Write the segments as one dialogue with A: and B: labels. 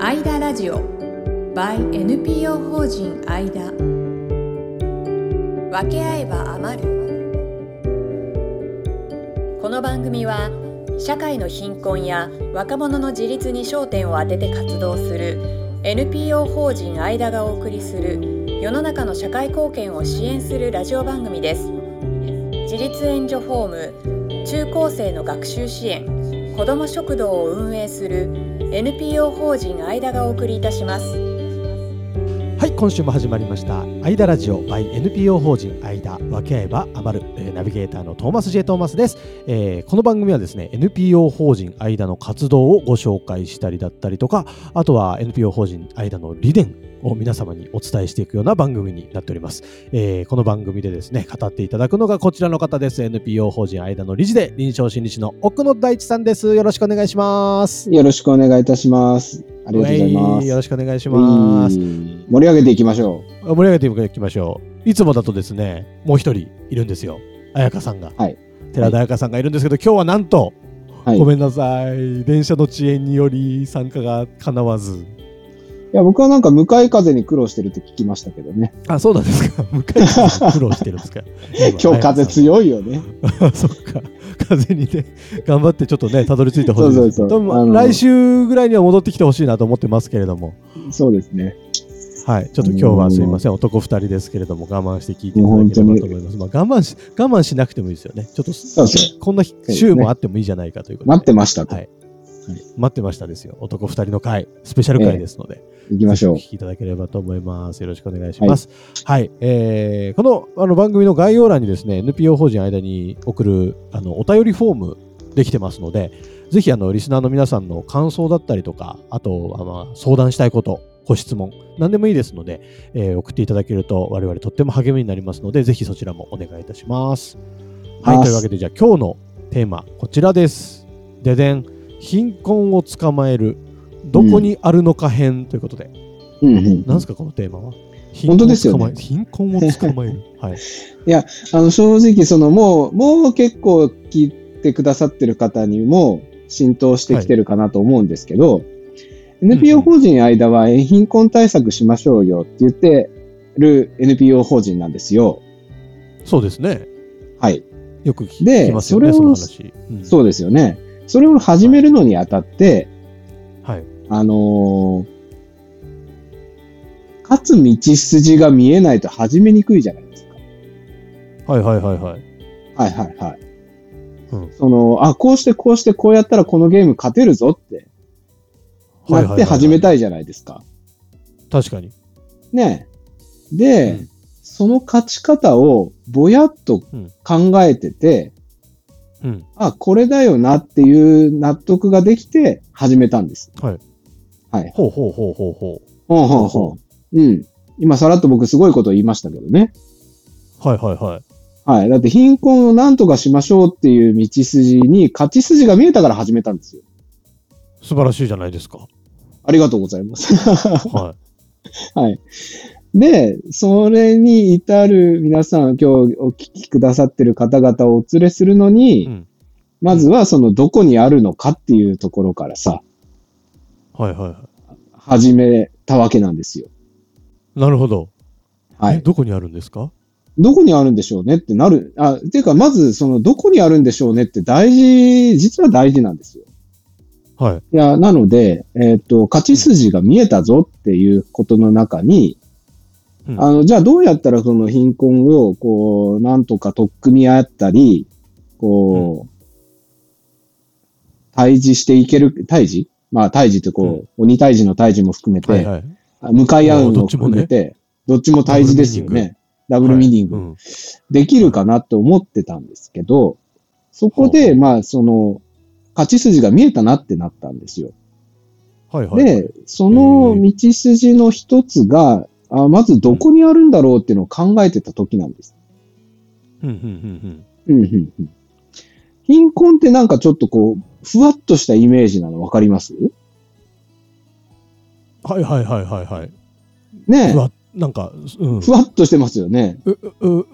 A: アイダラジオ by NPO 法人アイダ分け合えば余るこの番組は社会の貧困や若者の自立に焦点を当てて活動する NPO 法人アイダがお送りする世の中の社会貢献を支援するラジオ番組です自立援助ホーム中高生の学習支援子ども食堂を運営する NPO 法人アイダがお送りいたします
B: はい今週も始まりました「アイダラジオ by NPO 法人アイダ分け合えば余る」えーナビゲーターのトーマス J トーマスです、えーこの番組はですね NPO 法人アイダの活動をご紹介したりだったりとかあとは NPO 法人アイダの理念を皆様にお伝えしていくような番組になっております、えーこの番組でですね語っていただくのがこちらの方です NPO 法人アイダの理事で臨床心理士の奥野大地さんですよろしくお願いします
C: よろしくお願いいたします。あ
B: あ
C: りがとうございます。
B: よろしくお願いします
C: う。ん盛り上げていきましょう。
B: 盛り上げていきましょう。いつもだとですね、もう一人いるんですよ。彩香さんが。
C: はい
B: 寺田彩香さんがいるんですけど、今日はなんと、
C: はい。
B: ご
C: い
B: めんなさい。電車の遅延により参加が叶わず。
C: や、僕はなんか向かい風に苦労してるって聞きましたけどね。
B: あ、そうなんです か。向かいさん苦労してるんですか。
C: 今日風
B: い。
C: 強いよね。
B: あそっか。風にね、頑張ってちょっとね、たどり着いてほしいです。
C: そうそうそう
B: でも
C: あの
B: 来週ぐらいには戻ってきてほしいなと思ってますけれども。
C: そうですね。
B: はい、ちょっと今日はすいません、男2人ですけれども、我慢して聞いていただければと思います。まあ、我慢し我慢しなくてもいいですよね。ちょっと
C: そうです
B: こんな週もあってもいいじゃないかということで、
C: 待ってましたと。
B: はい
C: はい
B: 待ってましたですよ。男2人の会、スペシャル会ですので、
C: 行きましょう
B: ぜひお聞。きいただければと思います。よろしくお願いします。はい、えーこのあの番組の概要欄にですね、NPO 法人間に送るあのお便りフォームできてますので、ぜひあのリスナーの皆さんの感想だったりとか、あとあの相談したいこと、ご質問、何でもいいですので、えー送っていただけると我々とっても励みになりますので、ぜひそちらもお願いいたします。はい、
C: ます
B: というわけでじゃあ今日のテーマこちらです。ででん、貧困を捕まえる。どこにあるのか編ということで、
C: うんうん。
B: なんですかこのテーマは。
C: 本当ですよね
B: 貧困を捕まえ る。はい。
C: あの、正直、その、もう、もう結構聞いてくださってる方にも浸透してきてるかなと思うんですけど、
B: うん
C: NPO 法人間は貧困対策しましょうよって言ってる NPO 法人なんですよ。
B: そうですね。
C: はい。
B: よく聞
C: で
B: 聞きますよね、そ
C: それ
B: の
C: を
B: 話。うん
C: そうですよね。それを始めるのにあたって、
B: はい。
C: あのー勝つ道筋が見えないと始めにくいじゃないですか。
B: はいはいはいはい。
C: はいはいはい。
B: うん
C: その、あ、こうしてこうしてこうやったらこのゲーム勝てるぞって
B: はいはい
C: なって始め
B: い。
C: たいじゃないですか。
B: 確かに。
C: ねえ。で、
B: うん
C: その勝ち方をぼやっと考えてて、
B: うん。
C: あ、これだよなっていう納得ができて始めたんです。
B: はい。
C: はい。
B: ほうほうほうほうほ
C: ほうほうほう。うん。今、さらっと僕すごいこと言いましたけどね。
B: う。はいはいはい。
C: はい。だって貧困をなんとかしましょうっていう道筋に勝ち筋が見えたから始めたんですよ。
B: 素晴らしいじゃないですか。
C: ありがとうございます。
B: は
C: はい。で、それに至る皆さん、今日お聞きくださってる方々をお連れするの
B: い。
C: に、
B: うん。
C: まずはそのどこにあるのかっていうところからさ、
B: はいはいは
C: 始めたわけなんですよ。
B: い。なるほど。
C: は
B: え
C: い。
B: どこにあるんですか
C: どこにあるんでしょうねってなる。あ、ていうか、まず、その、どこにあるんでしょうねって大事、実は大事なんですよ。
B: はい。
C: いや、なので、えっ、と、勝ち筋が見えたぞっていうことの中に、
B: うん
C: あの、じゃあどうやったらその貧困を、こう、なんとか取っ組み合ったり、こう、対峙していける、対峙まあ、対峙ってこう、鬼退治の退治も含めて、
B: はいはい。
C: あ向かい合
B: ど
C: うの
B: っ
C: を
B: ちも
C: 含
B: ね
C: めて、どっちも対峙ですよね。ダブルミーニング。
B: はいうん
C: できるかなと思ってたんですけど、そこで、まあ、その、勝ち筋が見えたなってなったんですよ。
B: はいはい。
C: で、その道筋の一つが、あまずどこにあるんだろうっていうのを考えてた時なんです。
B: うんうんうん
C: うんうんうん、貧困ってなんかちょっとこう、ふわっとしたイメージなのわかります
B: うん。はいはいはいはいはい。
C: ね
B: うわ、なんか、うん。
C: ふわっとしてますよね。
B: うう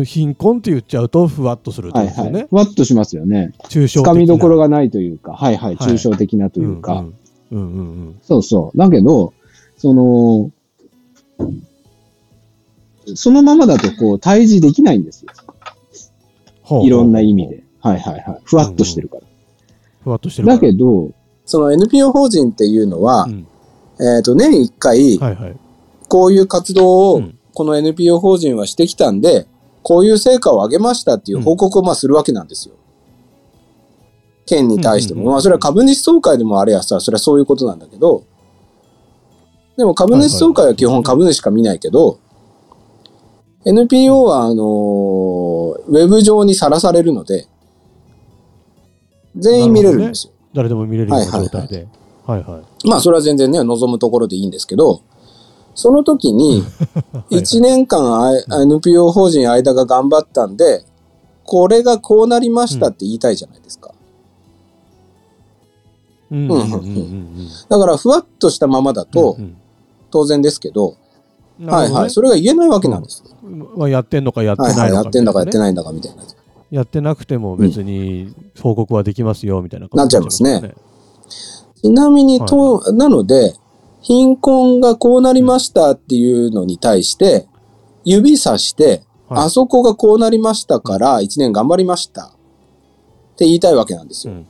B: う貧困って言っちゃうとふわっとするって
C: は
B: こと
C: い
B: です
C: は
B: よ
C: い
B: ね。。
C: ふわっとしますよね。
B: 抽象
C: つ
B: 的な
C: かみどころがないというか、はいはい、
B: はい
C: 抽象的なという
B: う
C: か
B: ん。うんうんうん。
D: そうそう。だけど、その、そのままだとこう、対峙できないんですよ。
B: ほう
D: いろんな意味。で。はいはいはい。ふわっとしてるから。
B: ふわっとしてるから。
D: だけど、
C: その NPO 法人っていうのは、
B: うん
C: えっ、と、年1回、
B: はいはい。
C: こういう活
B: う
C: 動を
B: ん、
C: この NPO 法人はしてきたんで、こういう成果を上げましたっていう報告をまあするわけなんですよ。県に対して
B: うんうんうんう
C: も。
B: ん
C: まあ、それは株主総会でもあれやさ、それはそういうことなんだけど、でも株主総会は基本株主しか見ないけど、NPO は、あのーウェブ上にさらされるので、全員見れるんですよ。
B: 誰でも見れるような状態で。はいはい。
C: まあそれは全然ね、望むところでいいんですけど、その時に、
B: い
C: 1年間あい NPO 法人間が頑張ったんで、これがこうなりましたって言いたいじゃないですか。
B: うん
C: うんうんだから、ふわっとしたままだと、当然ですけど、はいはい、それが言えないわけなんです。
B: まあやってんのかやって
C: はいは
B: ない
C: い、
B: の
C: や
B: か。
C: ってんだかやって
B: い。
C: ないんだかみたいな。
B: やってなくても別に報告はできますよみたいな感じに
C: なっちゃいます。ちなみに、となので、貧困がこうなりましたっていうのに対して、指さして、
B: はい
C: あそこがこうなりましたから、1年頑張りましたって言いたいわけなんです
B: う
C: よ。
B: ん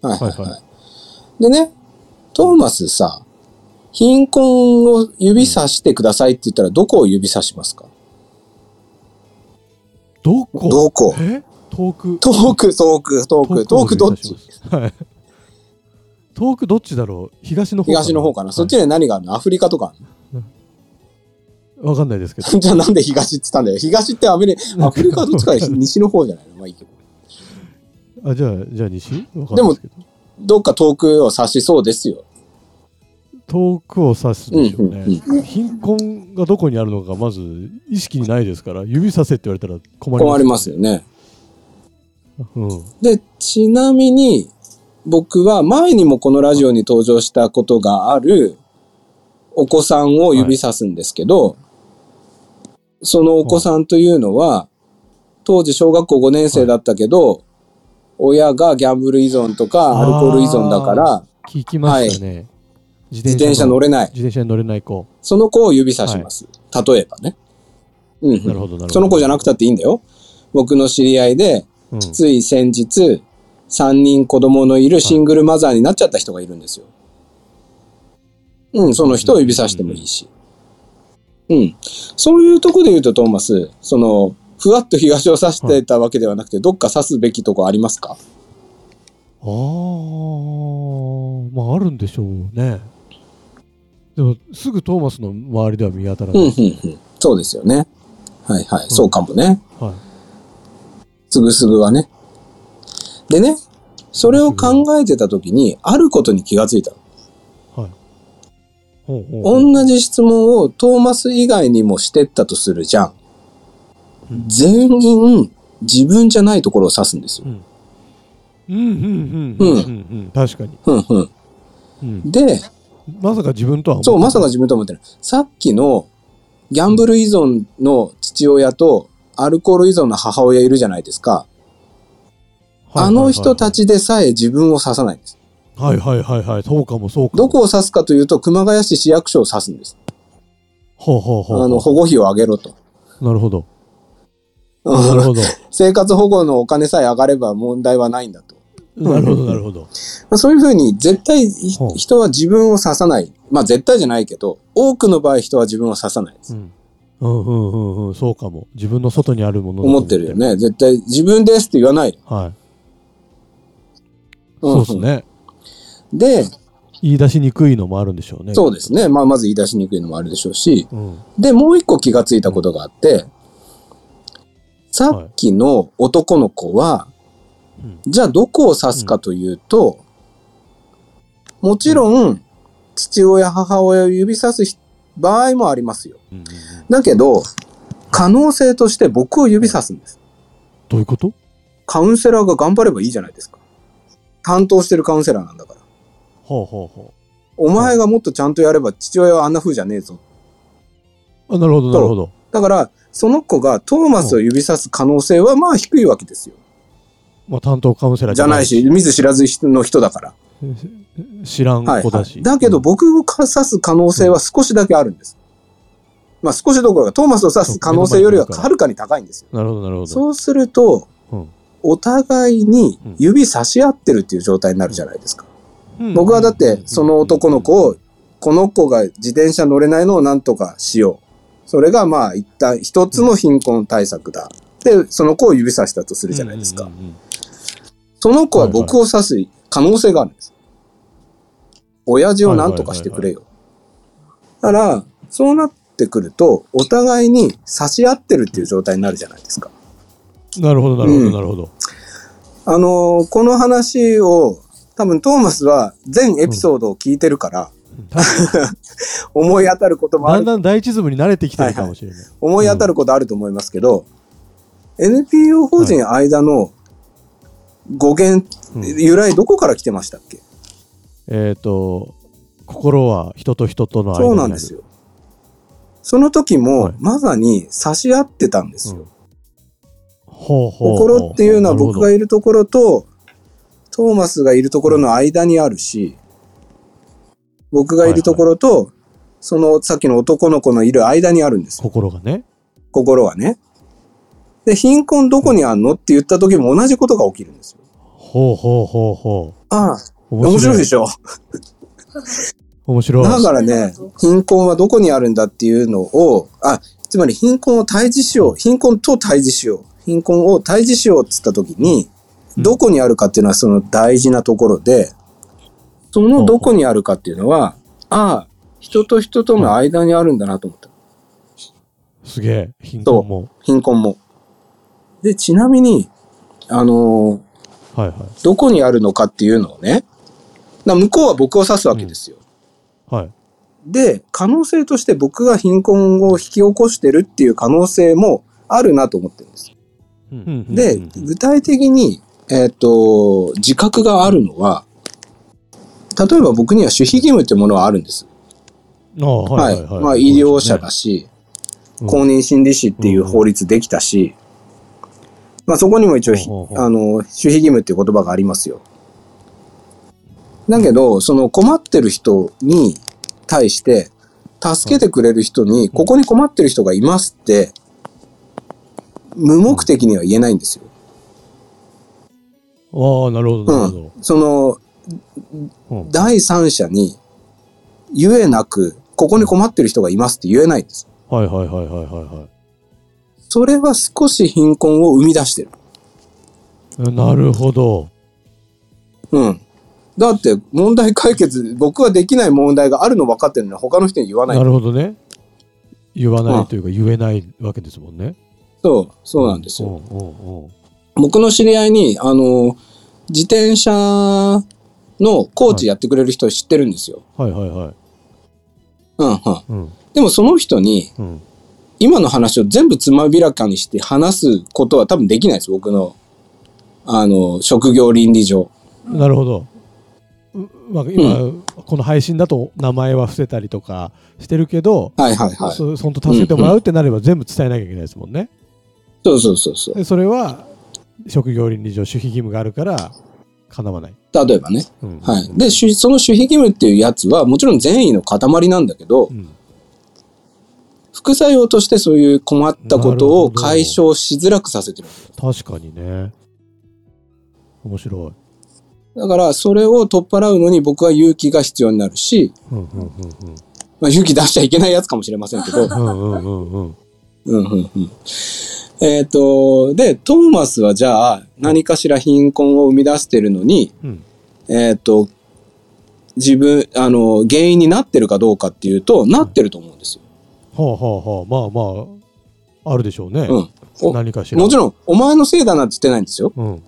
C: はいはい
B: はい
C: はい。でね、トーマスさ、貧困を指さしてくださいって言ったら、どこを指さしますか
B: どこ
C: どこ
B: え遠く。
C: 遠く、遠く、遠く、遠くどっち
B: はい。遠くどっちだろう東の方
C: 東の方かな。そっちで何があるのアフリカとかあるの
B: わかんないですけど。
C: じゃあなんで東って言ったんだよ。東ってアメリカ、アフリカどっちかで西の方じゃないのまあいいけど。
B: あじゃあ、じゃあ西わかんない
C: でも
B: ですけど。
C: どっか遠くを指しそうですよ。
B: 遠くを指す
C: うん
B: でしょう
C: うんうん
B: ね。貧困がどこにあるのか、まず意識にないですから、指させって言われたら困ります。
C: 困りますよね。
B: うん。
C: で、ちなみに、僕は前にもこのラジオに登場したことがあるお子さんを指さすんですけど、そのお子さんというのは、当時小学校5年生だったけど、親がギャンブル依存とかアルコール依存だから、
B: 聞きましたね。自
C: 自転車乗れない。
B: 自転車に乗れない子。
C: その子を指さします。例えばね。うんうん
B: なるほど、なるほど。
C: その子じゃなくたっていいんだよ。僕の知り合いで、
B: うん
C: つい先日、3人子供のいるシングルマザーになっちゃった人がいるんですよ。うん、その人を指さしてもいいし。うん。そういうとこで言うと、トーマス、その、ふわっと東を指してたわけではなくて、どっか指すべきとこありますか
B: ああ、まああるんでしょうね。でも、すぐトーマスの周りでは見当たら
C: う、
B: なんい。
C: うん、うん。そうですよね。はいはい。そうかもね。
B: はい。
C: すぐすぐはね。でね、それを考えてた時に、あることに気がついたの。
B: はい。ほうほうほう
C: 同じ質問をトーマス以外にもしてったとするじゃん。
B: うん
C: 全員自分じゃないところを指すんですよ。
B: うんうんうんうんうんうん確かに、
C: うんうん。
B: うん、
C: で、
B: まさか自分とは思
C: そう、まさか
B: か
C: 自分と思ってる。さっきのギャンブル依存の父親とアルコール依存の母親いるじゃないですか。あの人たちでさえ自分を指さないんです。
B: はいはいはいはいそうかもそうかも
C: どこを指すかというと、熊谷市市役所を指すんです。
B: ほうほうほう
C: あの、保護費を上げろと。
B: なるほどなるほど
C: 生活保護のお金さえ上がれば問題はないんだと。
B: なるほどなるほど
C: まあそういうふうに絶対ひ
B: ほう
C: 人は自分を刺さない。まあ絶対じゃないけど、多くの場合人は自分を刺さないです。
B: うんうんうんうんうんそうかも自分の外にあるものだと
C: 思ってるよね。絶対自分ですって言わない。
B: はい
C: うん
B: そうですね
C: で、
B: 言い出しにくいのもあるんでしょうね
C: そうですね。まあまず言い出しにくいのもあるでしょうし。
B: うん
C: で、もう一個気がついたことがあって、さっきの男の子は、
B: うん
C: じゃあどこを指すかというと、もちろん父親、母親を指さす場合もありますよ。
B: うんうんうん
C: だけど、可能性として僕を指さすんです。
B: どういうこと
C: カウンセラーが頑張ればいいじゃないですか。担当してるカウンセラーなんだから。
B: ほうほうほ
C: お前がもっとちゃんとやれば父親はあんな風じゃねえぞ。
B: うあなるほどなるほど
C: だから、その子がトーマスを指さす可能性はまあ低いわけですよ。
B: まあ担当カウンセラー
C: じゃないし、見ず知らずの人だから。
B: 知らん
C: はい
B: 子だ
C: は
B: し。
C: い。だけど僕を指す可能性は少しだけあるんです。まあ少しどころかトーマスを指す可能性よりははるかに高いんですよ。
B: なるほど、なるほど。
C: そうすると、
B: うん
C: お互いに指差し合ってるっていう状態になるじゃないですか。
B: うん
C: 僕はだってその男の子
B: う
C: を
B: ん、
C: この子が自転車乗れないのをなんとかしよう。それがまあ一旦一つの貧困対策だ。で、その子を指さしたとするじゃないですか。
B: うんうんうん
C: その子は僕を指す可能性があるんです。親父を何とかしてくれよ。だから、そうなってくると、お互いに差し合ってるっていう状態になるじゃないですか。
B: なるほど、なるほ
C: う
B: ど、
C: ん
B: なるほど。
C: あのーこの話を、多分トーマスは全エピソードを聞いてるから、思い当たることもあ
B: だん
C: る、
B: だん第一ズムに慣れてきてるかもしれない。
C: 思い当たることあると思いますけど、NPO 法人間の語源、
B: うん
C: 由来どこから来てましたっけ
B: えっと、心は人と人との間にある
C: そうなんです。よ。その時も、
B: はい
C: まさに差し合ってたんですよ。
B: うんほうほうほう
C: 心っていうのは僕が
B: なる
C: いるところと、トーマスがいるところの間にあるし、僕がいるところと、そのさっきの男の子のいる間にあるんです
B: ほ
C: よ。
B: ど心がね。
C: 心はね。で、貧困どこにあんのって言った時も同じことが起きるんですよ。
B: ほうほうほうほ
C: ああ、
B: う。
C: 面白いで
B: ょ。
C: しょ
B: 面白い。
C: だからね、貧困はどこにあるんだっていうのを、あ、つまり貧困を退治しよう、貧困と退治しよう、貧困を退治しようっつったときに、
B: うん
C: どこにあるかっていうのはその大事なところで、そのどこにあるかっていうのは、ああ、人と人との間にあるんだなと思った。
B: すげえ、貧困も。
C: 貧困も。で、ちなみに、あのー
B: はいはい。
C: どこにあるのかっていうのをね、な向こうは僕を指すわけですよ。
B: はい。
C: で、可能性として僕が貧困を引き起こしてるっていう可能性もあるなと思ってるんです。
B: うん
C: で、
B: うんうん
C: 具体的に、えっ、と、自覚があるのは、例えば僕には守秘義務ってものはあるんです。
B: ああはいはいはい。
C: まあ、医療者だし、
B: うん
C: 公認心理師っていう法律できたし、まあ、そこにも一応ひ、
B: ほうほう
C: あの、守秘義務っていう言葉がありますよ。だけど、その困ってる人に対して、助けてくれる人に、ここに困ってる人がいますって、無目的には言えないんですよ。
B: ああ、なるほど、なるほ
C: その、
B: ど。うん
C: 第三者に、言えなく、ここに困ってる人がいますって言えないんです。
B: はいはいはいはいはいはい。
C: それは少し貧困を生み出してる。
B: なるほど。
C: うん。だって問題解決、僕はできない問題があるの分かってるのに他の人に言わな。
B: ないるほどね。言わないというか、言えないわけですもんね。
C: そう、そうなんですよ。
B: うんうんうん
C: 僕の知り合いに、あの、自転車のコーチやってくれる人知ってるんですよ。
B: はいはいはい。
C: うんうん。
B: うん
C: でもその人に、
B: うん。
C: 今の話を全部つまびらかにして話すことは多分できないです、僕の。あの、職業倫理上。
B: なるほど。うまあ、今、この配信だと名前は伏せたりとかしてるけど、
C: はいはいはい。
B: そそんと助けてもらうってなれば全部伝えなきゃいけないですもんね。
C: そうそうそうそう。
B: でそれは職業倫理上守秘義務があるからかなわない。
C: 例えばね。
B: うん
C: はい。で、守その守秘義務っていうやつは、もちろん善意の塊なんだけど
B: う、ん
C: 副作用としてそういう困ったこと
B: なるほど
C: を解消しづらくさせてる。
B: 確かにね。面白い。
C: だから、それを取っ払うのに僕は勇気が必要になるし、
B: うんうんうん
C: まあ、勇気出しちゃいけないやつかもしれませんけ ど、
B: うんうんうんうんうん。
C: うんうんうん。えっ、と、で、トーマスはじゃあ、何かしら貧困を生み出してるのに、
B: うん
C: えっ、と、自分、あの、原因になってるかどうかっていうと、なってると思うんですよ。
B: はあはあはあ、まあまあ、あるでしょうね。
C: うんお
B: 何かしら。
C: もちろん、お前のせいだなんて言ってないんですよ。
B: ろん。うん。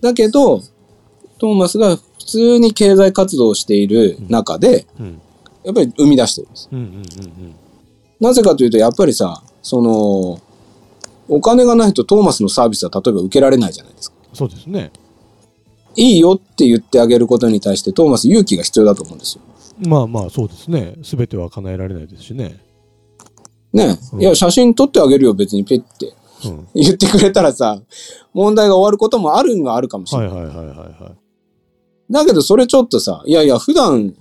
C: だけど、トーマスが普通に経済活動をしている中で、
B: うん
C: やっぱり生み出してるんです。
B: うんうんうん
C: なぜかというと、やっぱりさ、その、お金がないとトーマスのサービスは例えば受けられないじゃないですか。
B: うん。そうですね。
C: いいよって言ってあげることに対してトーマス勇気が必要だと思うんですよ。
B: まあまあ、そうですね。すべては叶えられないですしね。
C: ねえ、
B: うん
C: いや、写真撮ってあげるよ、別にペッて
B: うん。
C: 言ってくれたらさ、問題が終わることもあるのはあるかもしれ
B: は
C: ないい。
B: はいはいはいはい。
C: だけどそれちょっとさ、いやいや、普段、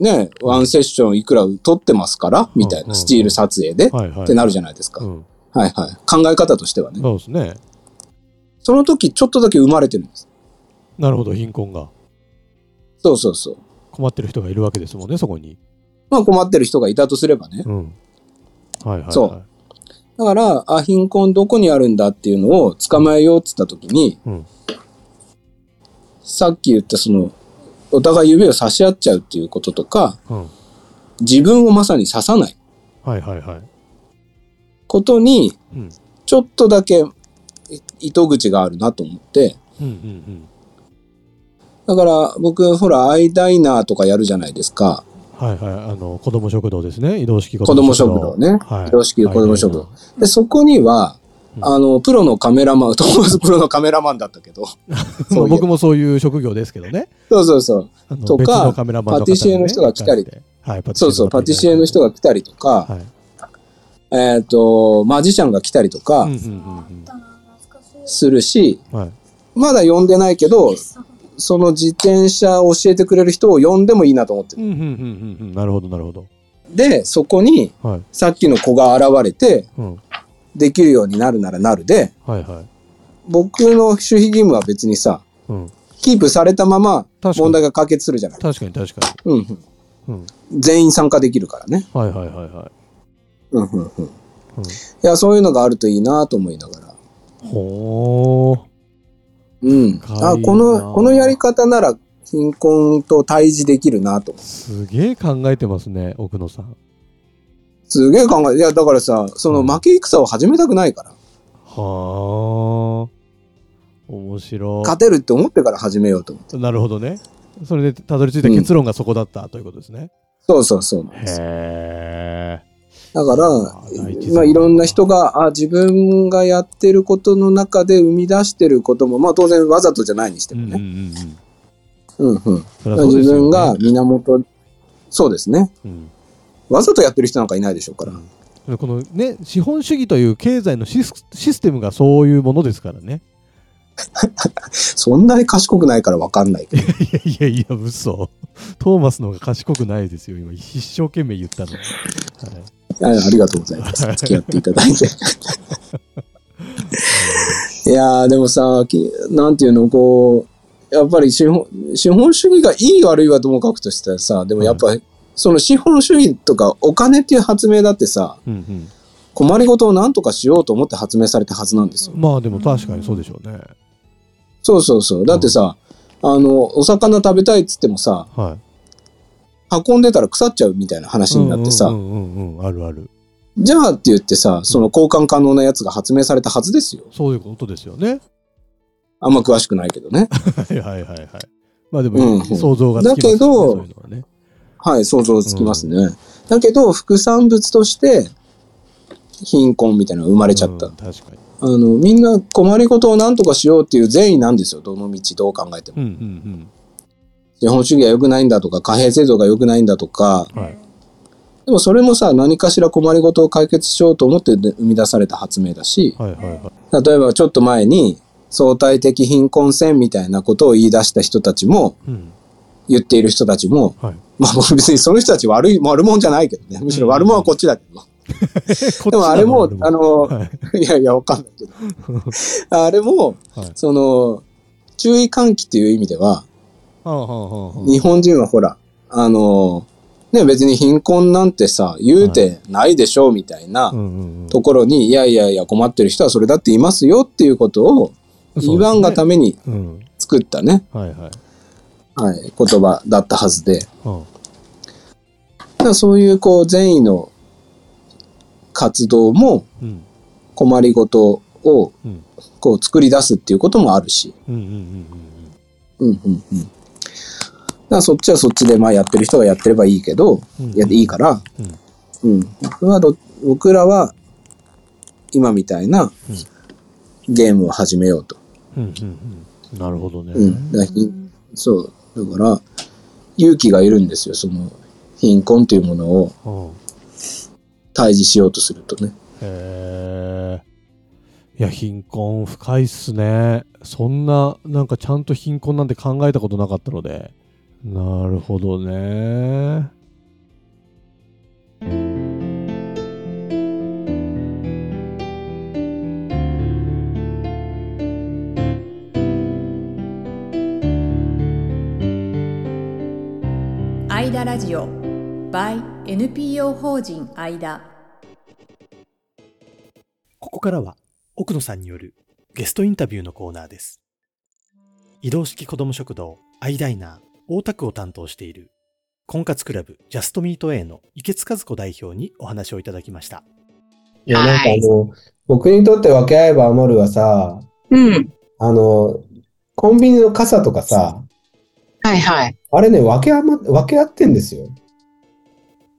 C: ね、ワンセッションいくら撮ってますから、みたい
B: うんうんう
C: な、
B: ん
C: スチール撮影で、っ
B: はいはい。
C: てなるじゃないですか。
B: うん。
C: はいはい。考え方としてはね。
B: そうですね。
C: その時、ちょっとだけ生まれてるんです。
B: なるほど、貧困が。
C: そうそうそう。
B: 困ってる人がいるわけですもんね、そこに。
C: まあ困ってる人がいたとすればね。
B: うん。はいはい、はい。
C: そうだから、あ、貧困どこにあるんだっていうのを捕まえようって言った時に、
B: うん
C: さっき言ったその、お互い指を差し合っちゃうっていうこととか、
B: うん。
C: 自分をまさに刺さない
B: はいはいはい。
C: ことに、
B: うん。
C: ちょっとだけ糸口があるなと思って、
B: うんうん
C: だから僕、ほら、アイダイナーとかやるじゃないですか。
B: うん。はいはい。あの、子供食堂ですね。移動式子
C: 子供食堂ね。
B: はい。
C: 移動式子供食堂。で、そこには、
B: うん
C: あの、プロのカメラマン、トーマスプ ロのカメラマンだったけど、
B: そ
C: そうう
B: 僕もそういう職業ですけどね。
C: そうそうそう。
B: あの
C: とか
B: 別のカメラマンの方がね
C: パティシエの人が来たり。
B: はい、パティシエの方がいたり
C: そうそう、パティシエの人が来たりとか、
B: はい。
C: えっと、マジシャンが来たりと
B: う
C: か
B: んうんうん
C: するし、
B: うん。はい。
C: まだ呼んでないけど、その自転車を教えてくれる人を呼んでもいいなと思って
B: う
C: る。
B: んうんうんうんうん。なるほど、なるほど。
C: で、そこに、
B: はい。
C: さっきの子が現れて、
B: うん。
C: できるようになるならなるで、
B: はいはい。
C: 僕の守秘義務は別にさ、
B: うん。
C: キープされたまま
B: 確か
C: 問題
B: に。
C: が解決するじゃない。
B: 確かに確か
C: うんうん、
B: に。うん。
C: 全員参加できるからね。
B: はいはいはいはい。
C: うんうんうん、い
B: うん
C: や、そういうのがあるといいなと思いながら。
B: ほー。
C: うん。
B: かわいいな
C: あ、この、このやり方なら貧困と対峙できるなと。
B: すげえ考えてますね、奥野さん。
C: すげえ考え、いや、だからさ、その
B: うん
C: 負け戦を始めたくないから、
B: はあ。面白
C: 勝てるって思ってから始めようと思って。
B: い。なるほどね。それでたどり着いた結論がそこだったということですね。
C: そうそうそうなんです。
B: へえ。
C: だから、
B: あ第一次
C: まあ、いろんな人が、あ、自分がやってることの中で生み出してることも、まあ当然わざとじゃないにして
B: うん
C: も
B: うんう
C: ね。
B: んうん。
C: うんうん。
B: そりゃそうです
C: 自
B: よね
C: 分が、源、そうですね。
B: うん
C: わざとやってる人なんかいないでしょうから。
B: うん、このね資本主義という経済のシスシステムがそういうものですからね。
C: そんなに賢くないからわかんないけど。
B: いやいやいや嘘。トーマスの方が賢くないですよ今一生懸命言ったの。はい
C: いやいやありがとうござ います。付き合っていただいて。 いやー、でもさ、きなんていうの、こう、やっぱり資本資本主義がいい悪いはともかくとしてさ、でもやっぱり、その資本主義とかお金っていう発明だってさ、
B: うん
C: 困りごとを何とかしようと思って発明されたはずなんですよ
B: うん、まあでも確かにそうでしょうね。
C: そうそうそう。だってさ、あの、お魚食べたいっつってもさ、
B: は
C: 運んでたら腐っちゃうみたいな話
B: い。
C: になってさ、
B: うんうんうんうんあるある。
C: じゃあって言ってさ、その交換可能なやつが発明されたはずですよ。
B: そういうことですよね。
C: あんま詳しくないけどね。
B: はいはいはいはい。まあで
C: うんう
B: も
C: ん
B: 想像がつきます
C: だけど
B: そういうのはね。
C: はい、想像つきますね。だけど、副産物として、貧困みたいなのが生まれちゃった。
B: うん確かに。
C: あの、みんな困りごとを何とかしようっていう善意なんですよ。どの道どう考えても。
B: うんうん
C: 資本主義は良くないんだとか、貨幣制度が良くないんだとか。
B: うん。はい。
C: でもそれもさ、何かしら困りごとを解決しようと思ってで生み出された発明だし、
B: はいはいはい。
C: 例えばちょっと前に、相対的貧困線みたいなことを言い出した人たちも、
B: うん。
C: 言っている人たちも、
B: はい。
C: まあ別にその人たち悪い、悪者じゃないけどね。むしろ悪者はこっちだけど。でもあれも、あの、
B: はい
C: いやいや、わかんないけど。 あれも、
B: はい
C: その、注意喚起っていう意味では、
B: はあはあはあはあ
C: 日本人はほら、あの、ね、別に貧困なんてさ、言うてないでしょうみたいな
B: うんうんうん
C: ところに、いやいやいや、困ってる人はそれだっていますよっていうことを、言わんがために
B: そうですねうん。
C: 作ったね、
B: はいはい。
C: はい、言葉だったはずで。
B: うん
C: だからそういうこう善意の活動も
B: うん
C: 困りごとを
B: うん
C: こう作り出すっていうこともあるし、
B: うんうんうん
C: うんうんうん。だからそっちはそっちでまあやってる人がやってればいいけど、
B: うんうん。
C: やっていいから、
B: うん
C: うん、僕はど僕らは今みたいなゲームを始めようと。
B: うんうんうん。なるほどね。
C: うん、だからひそうだから勇気がいるんですよその貧困というものを
B: うん
C: 対峙しようとするとね。
B: へえ。
E: いや貧困深いっすねそんななんかちゃんと貧困なんて考えたことなかったのでなるほどね
A: アイダラジオ by NPO 法人アイダ
B: ここからは奥野さんによるゲストインタビューのコーナーです。移動式子ども食堂アイダイナー大田区を担当している婚活クラブジャストミート A の池津和子代表にお話をいただきました。
F: いや、なんかあの、
G: 僕にとって分け合えば余るはさ、
F: うん。
G: あの、コンビニの傘とかさ、
F: はいはい。
G: あれね、分け余、分け合ってんですよ。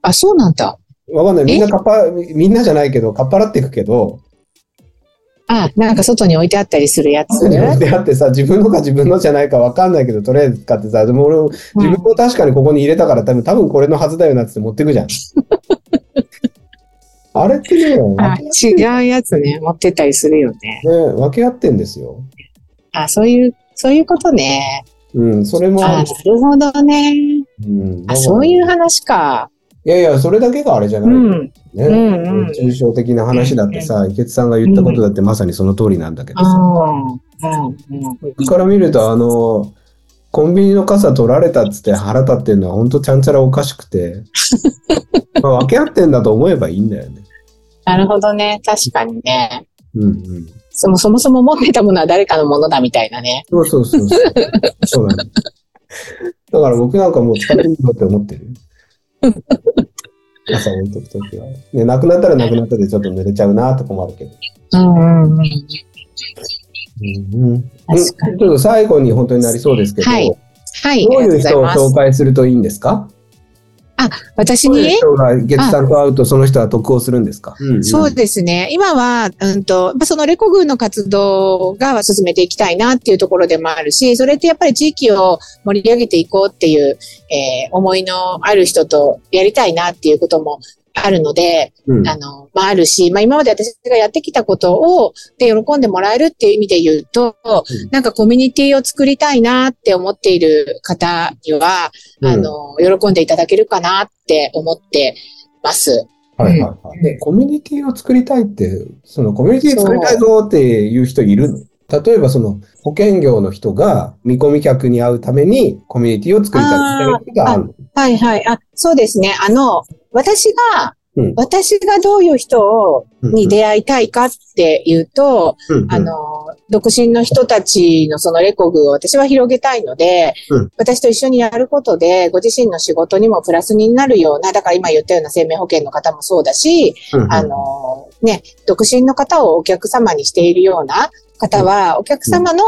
F: あ、そうなんだ。
G: わかんない。みんなかっぱ、みんなじゃないけど、かっぱらっていくけど、
F: あ、なんか外に置いてあったりするやつ。
G: であってさ、自分のか自分のじゃないか分かんないけど、とりあえず使ってさ、でも俺も、自分も確かにここに入れたから多分、多分これのはずだよなっつって持って くじゃん。あれってね、分け合
F: あ違うやつね、持ってったりするよね。
G: ね、分け合ってんですよ。
F: あ、そういう、そういうことね。
G: うん、それもあ
F: あ、な
G: る。
F: るほどね。
G: うん、。
F: あ、そういうう話か。
G: いやいや、それだけがあれじゃな
F: う
G: い、
F: ん。
G: ね。
F: うんうん
G: 抽象的な話だってさ、池津さんが言ったことだってまさにその通りなんだけど
F: あ
G: さ。
F: ーうん。うん。
G: 僕から見ると、あの、コンビニの傘取られたっつって腹立ってんのは本当ちゃんちゃらおかしくて、 まあ分け合ってんだと思えばいいんだよね。
F: なるほどね。確かにね。
G: うんうん。
F: そもそもそも持ってたものは誰かのものだみたいなね。
G: そうそうそうそう。そうなんだ。だから僕なんかもう使ってみようって思ってる。 傘置いとくときは。ね、なくなったらなくなったでちょっと濡れちゃうなと困るけど。
F: うんうんうん。
G: うんうん。
F: 確か
G: ちょっと最後に本当になりそうですけど、
F: はいはい。
G: どう
F: ありがと
G: いうう
F: ござい
G: 人を
F: ます
G: 紹。介するといいんですか
F: 私
G: どう
F: に
G: いう人が月さんと会うとその人は得をするんですか、
F: そうですね。今は、うんと、まあそのレコ軍の活動が進めていきたいなっていうところでもあるし、それってやっぱり地域を盛り上げていこうっていう、えー思いのある人とやりたいなっていうこともあるので、
G: うん
F: あの、まあ、あるし、まあ、今まで私がやってきたことを、で、喜んでもらえるっていう意味で言うと、
G: うん
F: なんかコミュニティを作りたいなって思っている方には、あの、喜んでいただけるかなって思ってます。
G: はいはいはい。で、コミュニティを作りたいって、そのコミュニティ作りたいぞっていう人いるの例えばその保険業の人が見込み客に会うためにコミュニティを作りたいみたいな人があるの。
F: はいはい。あ、そうですね。あの、私が、
G: うん
F: 私がどういう人を
G: うん
F: に出会いたいかっていうと、
G: うんうん
F: あの、独身の人たちのそのレコグを私は広げたいので、
G: うん
F: 私と一緒にやることで、ご自身の仕事にもプラスになるような、だから今言ったような生命保険の方もそうだし、
G: うんうん
F: あの、ね、独身の方をお客様にしているような方は、お客様の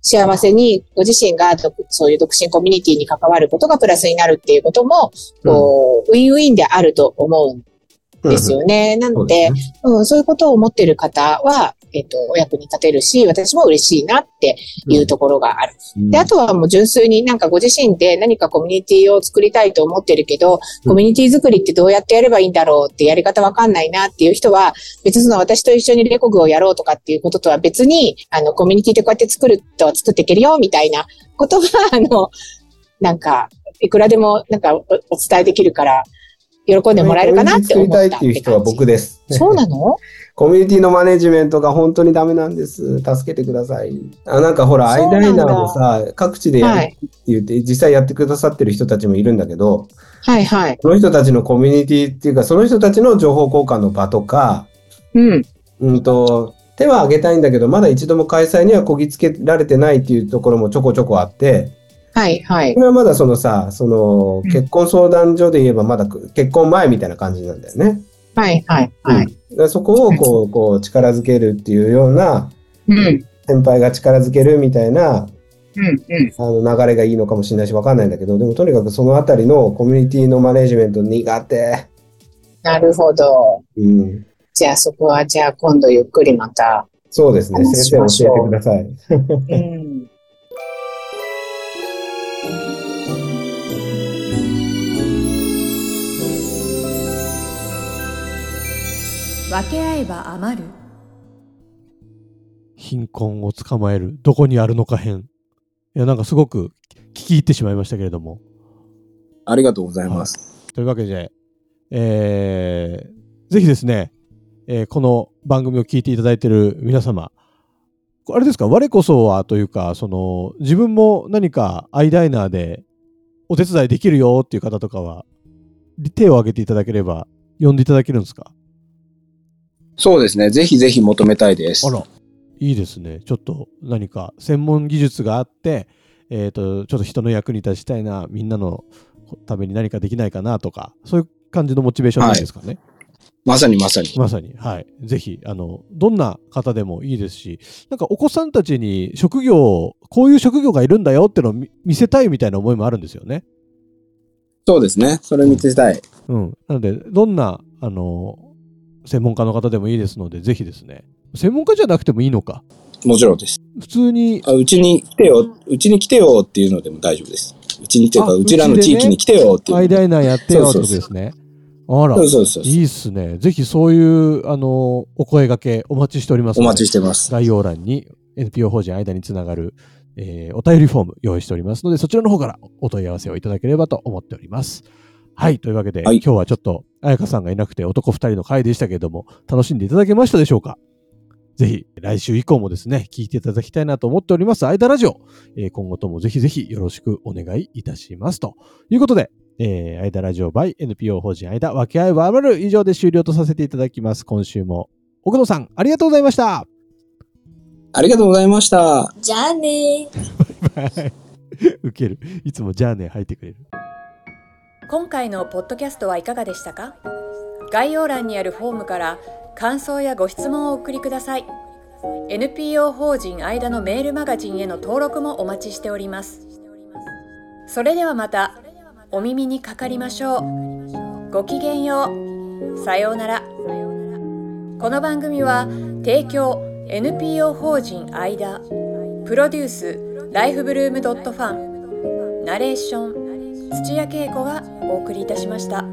F: 幸せに、ご自身が独そういう独身コミュニティに関わることがプラスになるっていうことも、こうウィンウィンであると思うんですよね。な
G: そ
F: の
G: うで
F: で、
G: すね
F: うん、そういうことを思ってる方は、えっ、と、お役に立てるし、私も嬉しいなっていうところがある。で、あとはもう純粋になんかご自身で何かコミュニティを作りたいと思ってるけど、
G: うん
F: コミュニティ作りってどうやってやればいいんだろうってやり方わかんないなっていう人は、別にその私と一緒にレコグをやろうとかっていうこととは別に、あの、コミュニティでこうやって作るとは作っていけるよみたいなことは、あの、なんか、いくらでもなんかおお伝えできるから、喜んでもらえるかなって思った
G: コミュニティ作りたいっていう人は僕です。
F: そうなの
G: コミュニティのマネジメントが本当にダメなんです。助けてください。あなんかほら、ア
F: そう
G: イ
F: なんだ
G: ライナーもさ、各地でやる
F: は
G: って
F: い。
G: 言って、実際やってくださってる人たちもいるんだけど、
F: はいはい。
G: その人たちのコミュニティっていうか、その人たちの情報交換の場とか、
F: うん。
G: うんと、手は挙げたいんだけど、まだ一度も開催にはこぎつけられてないっていうところもちょこちょこあって、
F: はいはい
G: こ。れはまだそのさ、その
F: うん、
G: 結婚相談所で言えばまだ結婚前みたいな感じなんだよね。
F: はいはいは
G: うん
F: い。
G: だからそこをこう、こう、力づけるっていうような、
F: うん。
G: 先輩が力づけるみたいな
F: うん。うん。
G: あの流れがいいのかもしれないし、わかんないんだけど、でもとにかくそのあたりのコミュニティのマネジメント苦手。
F: なるほど。
G: うん。
F: じゃあそこは、じゃあ今度ゆっくりまた。
G: そうですね。
F: 話し
G: 先
F: まし
G: 生
F: ょう
G: 教えてください。
F: うん。
A: ー分け合えば余る
H: 貧困を捕まえる、どこにあるのか編。いや、なんかすごく聞き入ってしまいましたけれども。
C: ありがとうございます。
H: というわけで、えーぜひですね、えーこの番組を聞いていただいている皆様、あれですか、我こそはというか、その、自分も何かアイライナーでお手伝いできるよっていう方とかは、手を挙げていただければ、呼んでいただけるんですか
C: そうですね。ぜひぜひ求めたいです。
H: あら、いいですね。ちょっと何か専門技術があって、えっ、と、ちょっと人の役に立ちたいな、みんなのために何かできないかなとか、そういう感じのモチベーションなんですかね。
C: まさにまさに。
H: まさに、はい。ぜひ、あの、どんな方でもいいですし、なんかお子さんたちに職業を、こういう職業がいるんだよってのを見見せたいみたいな思いもあるんですよね。
C: そうですね。それ見てたい。
H: うん。なので、どんな、あの、専門家の方でもいいですので、ぜひですね。専門家じゃなくてもいいのか。
C: もちろんです。
H: 普通に、
C: あうちに来てよ、うちに来てよっていうのでも大丈夫です。うちにっていうか、
H: あ
C: うちらの
H: うちで
C: 地
H: ね
C: 域に来てよっていう。
H: アイライナーやってよってことですね。あら
C: そ、うそうそうそう。
H: いいっすね。ぜひそういう、あの、お声掛け、お待ちしております
C: お
H: ので。
C: 待ちしてます。
H: 概要欄に NPO 法人間につながる、えーお便りフォーム用意しておりますので、そちらの方からお問い合わせをいただければと思っております。はい。というわけで、
C: はい
H: 今日はちょっと、彩香さんがいなくて男2人の回でしたけれども、楽しんでいただけましたでしょうかぜひ、来週以降もですね、聞いていただきたいなと思っております、間ラジオ。えー今後ともぜひぜひよろしくお願いいたします。ということで、えー、間ラジオ by NPO 法人間、分け合いはあまる以上で終了とさせていただきます。今週も、奥野さん、ありがとうございました。
C: ありがとうございました。
I: じゃあねー。
H: 受ける。いつもじゃあね入ってくれる。
A: 今回のポッドキャストはいかがでしたか概要欄にあるフォームから感想やご質問をお送りください NPO 法人間のメールマガジンへの登録もお待ちしておりますそれではまたお耳にかかりましょうごきげんようさようならこの番組は提供 NPO 法人間プロデュースライフブルームドットファンナレーション土屋恵子がお送りいたしました。